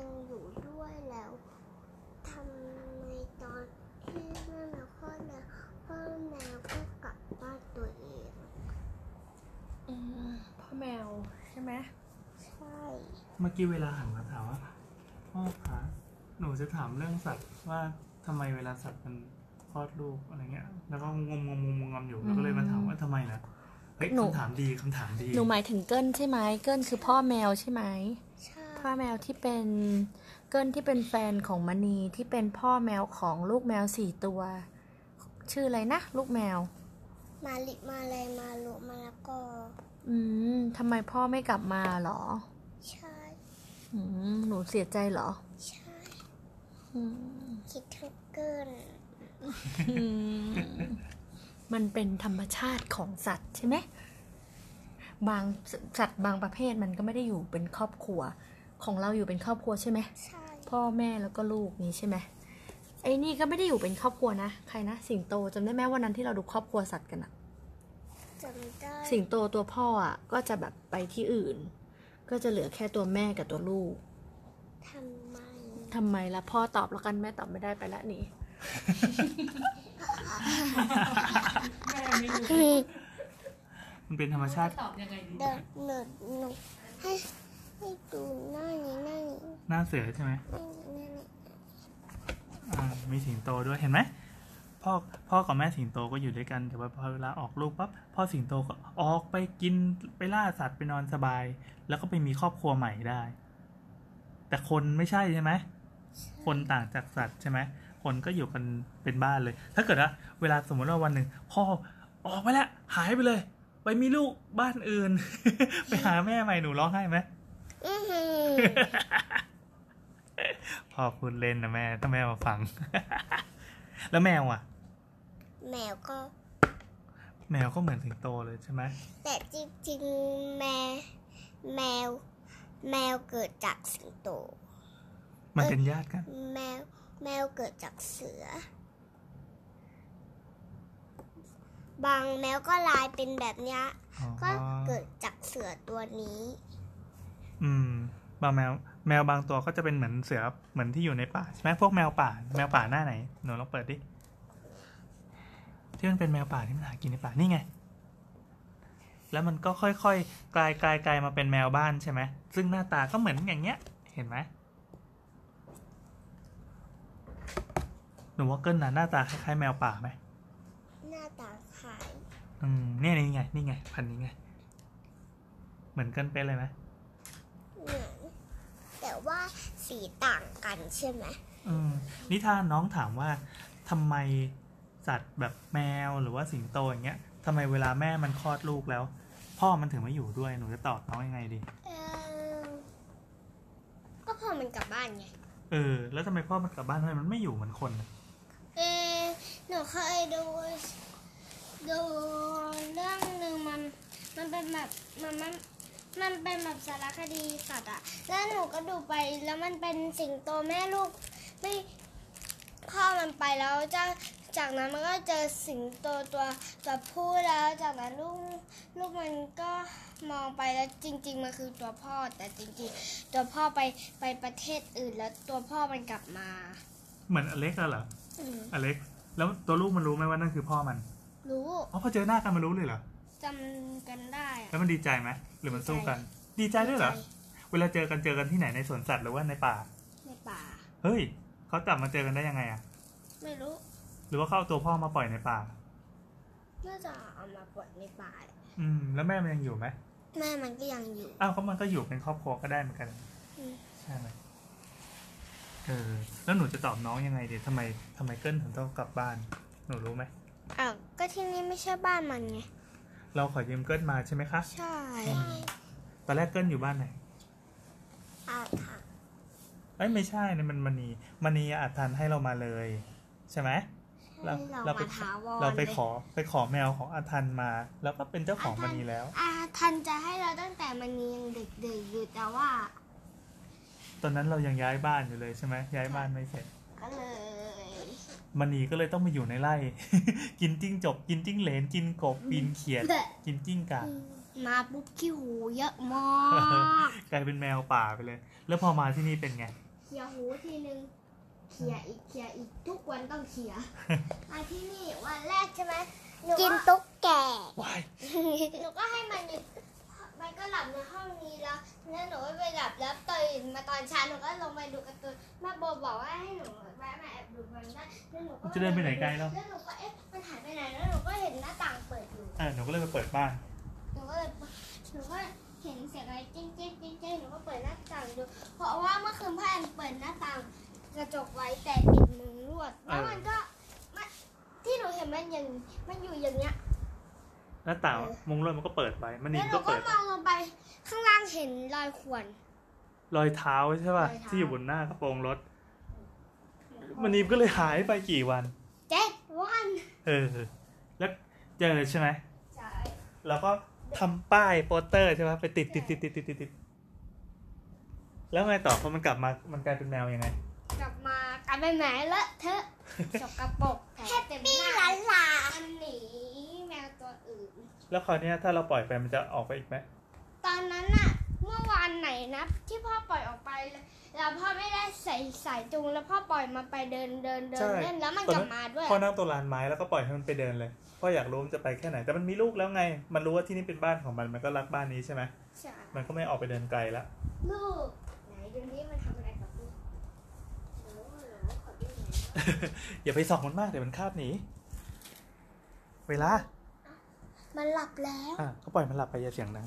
ยังอยู่ด้วยแล้วทำไมตอนที่แม่มาคลอดแล้วพ่อแมวก็กลับบ้านตัวเอง อืมพ่อแมวใช่ไหม ใช่ เมื่อกี้เวลาหันมาถามว่าพ่อคะหนูจะถามเรื่องสัตว์ว่าทำไมเวลาสัตว์มันคลอดลูกอะไรเงี้ย แล้วก็งมงมงมงมอยู่แล้วก็เลยมาถามว่าทำไมนะเฮ้ยคำถามดีคำถามดี หนูหมายถึงเกิ้ลใช่ไหมเกิ้ลคือพ่อแมวใช่ไหม ใช่ พ่อแมวที่เป็นเกิ้ลที่เป็นแฟนของมณีที่เป็นพ่อแมวของลูกแมวสี่ตัว ชื่ออะไรนะลูกแมว มาลิมาอะไรมาลุมาละกอ อืมทำไมพ่อไม่กลับมาเหรอ ใช่ อืมหนูเสียใจเหรอ ใช่ อืม คิดทั้งเกิน อืมมันเป็นธรรมชาติของสัตว์ใช่ไหมบางสสัตว์บางประเภทมันก็ไม่ได้อยู่เป็นครอบครัว ของเราอยู่เป็นครอบครัวใช่ไหม ใช่ พ่อแม่แล้วก็ลูกนี้ใช่ไหมไอ้นี่ก็ไม่ได้อยู่เป็นครอบครัวนะใครนะสิงโตจำได้ไหมวันนั้นที่เราดูครอบครัวสัตว์กันอะ จำได้ สิงโตตัวพ่ออะก็จะแบบไปที่อื่น ก็จะเหลือแค่ตัวแม่กับตัวลูก ทำไม ทำไมล่ะพ่อตอบแล้วกันแม่ตอบไม่ได้ไปละหนี่ แม่ไม่รู้ มันเป็นธรรมชาติ ตอบยังไงดี เดินหนุดหนุให้ให้ดูหน้านี้หน้านี้ หน้าเสือใช่ไหม หน้านี้หน้านี้ อ่ามีสิงโตด้วยเห็นไหมพ่อพ่อกับแม่สิงโตก็อยู่ด้วยกันแต่ว่าพอเวลาออกลูกปั๊บพ่อสิงโตก็ออกไปกินไปล่าสัตว์ไปนอนสบาย แล้วก็ไปมีครอบครัวใหม่ได้ แต่คนไม่ใช่ใช่ไหม คนต่างจากสัตว์ใช่ไหม คนก็อยู่กันเป็นบ้านเลย ถ้าเกิดว่าเวลาสมมติว่าวันหนึ่งพ่อออกไปแล้วหายไปเลย ไปมีลูกบ้านอื่น ไปหาแม่ใหม่หนูร้องไห้ไหม อือหือ พ่อคุณเล่นนะแม่ ถ้าแม่มาฟัง แล้วแมวอ่ะ แมวก็ แมวก็เหมือนสิงโตเลยใช่ไหม แต่จริงๆแมวแมว แมวเกิดจากสิงโต มันเป็นญาติกัน แมวแมวเกิดจากเสือ บางแมวก็ลายเป็นแบบเนี้ย อ๋อ ก็เกิดจากเสือตัวนี้ อืม บางแมว แมวบางตัวก็จะเป็นเหมือนเสือ เหมือนที่อยู่ในป่าใช่ไหมพวกแมวป่า แมวป่าหน้าไหน หนูลองเปิดดิ ที่มันเป็นแมวป่าที่มันหากินในป่า นี่ไง แล้วมันก็ค่อยๆ กลายกลายกลายมาเป็นแมวบ้านใช่ไหม ซึ่งหน้าตาก็เหมือนอย่างเงี้ย เห็นไหมหนูว่าเกิลน่ะหน้าตาคล้ายๆแมวป่าไหม หน้าตาคล้าย อืมเนี่ยนี่ไง นี่ไง พันนี้ไง เหมือนเกินไปะเลยไหม เหมือนแต่ว่าสีต่างกันใช่ไหม อืมนิทานน้องถามว่าทำไมสัตว์แบบแมวหรือว่าสิงโตอย่างเงี้ยทำไมเวลาแม่มันคลอดลูกแล้ว พ่อมันถึงไม่อยู่ด้วยหนูจะตอบน้องยังไงดี เออก็พอมันกลับบ้านไง เออแล้วทำไมพ่อมันกลับบ้านทำไมมันไม่อยู่เหมือนคนน่ะ เออหนูเคยดูดูเรื่องหนึ่งมัน มันเป็นแบบมันมันมันเป็นแบบสารคดีสัตว์อะแล้วหนูก็ดูไปแล้วมันเป็นสิงโตแม่ลูกไม่พ่อมันไปแล้วจะจากนั้นมันก็เจอสิงโตตัวตัวผู้แล้ว จากนั้นลูกลูกมันก็มองไปแล้วจริง ๆมันคือตัวพ่อแต่จริงๆ ตัวพ่อไปไปประเทศอื่นแล้วตัวพ่อมันกลับมา เหมือนอเล็กซ์อะเหรอ อืม อเล็กซ์แล้วตัวลูกมันรู้ไหมว่านั่นคือพ่อมัน รู้ อ๋อพอเจอหน้ากันมันรู้เลยเหรอ จำกันได้อะ แล้วมันดีใจไหมหรือมันสู้กัน ดีใจด้วยเหรอเวลาเจอกันเจอกันที่ไหนในสวนสัตว์หรือว่าในป่า ในป่า เฮ้ยเขาจับมาเจอกันได้ยังไงอะ ไม่รู้ หรือว่าเขาเอาตัวพ่อมาปล่อยในป่า น่าจะเอามาปล่อยในป่าแหละ อืมแล้วแม่มันยังอยู่ไหม แม่มันก็ยังอยู่ อ้าวก็มันก็อยู่เป็นครอบครัวก็ได้เหมือนกัน อืม ใช่ไหมเออ แล้วหนูจะตอบน้องยังไงเดี๋ยวทำไมทำไมเกิ้ลถึงต้องกลับบ้าน หนูรู้ไหม อ้าวก็ที่นี่ไม่ใช่บ้านมันไง เราขอยืมเกิ้ลมาใช่ไหมคะ ใช่ อืมตอนแรกเกิ้ลอยู่บ้านไหน อาถัง เอ้ยไม่ใช่นะมันมณีมณีอาจทันให้เรามาเลย ใช่ไหม เรา ให้ เรา เรา ไป มาถาวร เราไป ลย ขอไปขอแมวของอาทันมา แล้วก็เป็นเจ้าของมณีแล้ว อาทันจะให้เราตั้งแต่มันยังเด็กๆอยู่แต่ว่า ตอนนั้นเรายังย้ายบ้านอยู่เลยใช่ไหมย้ายบ้านไม่เสร็จ ก็เลย มณีก็เลยต้องมาอยู่ในไร่ กินจิ้งจกกินจิ้งเหลนกินกบกินเขี ยด กินจิ้งก่า มาปุ๊บขี้หูเยอะมา เอ ก กลายเป็นแมวป่าไปเลย แล้วพอมาที่นี่เป็นไง เขี่ยหูทีนึงเขี่ยอีกเขี่ยอีกทุกวันต้องเขี่ย มาที่นี่วันแรกใช่ไหมหนู กินตุ๊กแก ว้าย หนูก็ให้มันอยู่มันก็หลับในห้องนี้แล้วแล้วหนูก็ไปหลับแล้วตื่นมาตอนเช้าหนูก็ลงไปดูการ์ตูนแม่โบบอกว่าให้หนูแวะมาแอบดูมันได้แล้วหนูก็ จะเดินไปไหนไกลแล้ว แล้วหนูก็เอ๊ะมันหายไปไหนแล้วหนูก็เห็นหน้าต่างเปิดอยู่ อ่ะหนูก็เลยไปเปิดบ้าน หนูก็เลยหนูก็เห็นเสียงอะไรจิ้งจิ้งจิ้งจิ้งหนูก็เปิดหน้าต่างดู เพราะว่าเมื่อคืนพ่อแอนเปิดหน้าต่างกระจกไว้แต่ปิดมุงลวด แล้วมันก็มันที่หนูเห็นมันอย่างมันอยู่อย่างเงี้ย หน้าต่างมุงลวดมันก็เปิดไปมันนี แล้ว มัน หนู ก็ ก็ เปิด มองลงไปข้างล่างเห็นรอยข่วน รอยเท้าใช่ป่ะ รอยเท้า ที่อยู่บนหน้ากระโปรงรถ มันนีก็เลยหายไปกี่วัน เจ็ดวัน เออ แล้วเจอใช่ไหม ใช่ แล้วก็ทำป้ายโปสเตอร์ใช่ป่ะไปติดติดติดติดติดติดติดแล้วไงต่อพอมันกลับมามันกลายเป็นแมวยังไง กลับมากลับไปไหนเลอะเทอะสกปรกแผลเต็มหน้า ลาลา มันหนีแมวตัวอื่น แล้วคราวเนี้ยถ้าเราปล่อยไปมันจะออกไปอีกไหม ตอนนั้นน่ะเมื่อวานไหนนะ ที่พ่อปล่อยออกไปแล้วแล้วพ่อไม่ได้ใส่สายจูงแล้วพ่อปล่อยมาไปเดินเดินเดินเล่นแล้วมันกลับมาด้วย พ่อนั่งตัวลานไม้แล้วก็ปล่อยให้มันไปเดินเลยพ่ออยากรู้มันจะไปแค่ไหน แต่มันมีลูกแล้วไง มันรู้ว่าที่นี่เป็นบ้านของมันมันก็รักบ้านนี้ใช่ไหม ใช่ มันก็ไม่ออกไปเดินไกลละ ลูกไหนดูนี่มันทำอะไรกับลูกหนูหนูขอดูหน่อยนะ อย่าไปส่องมันมากเดี๋ยวมันคาบหนีเวลา มันหลับแล้ว อ่ะก็ปล่อยมันหลับไปอย่าเสียงดัง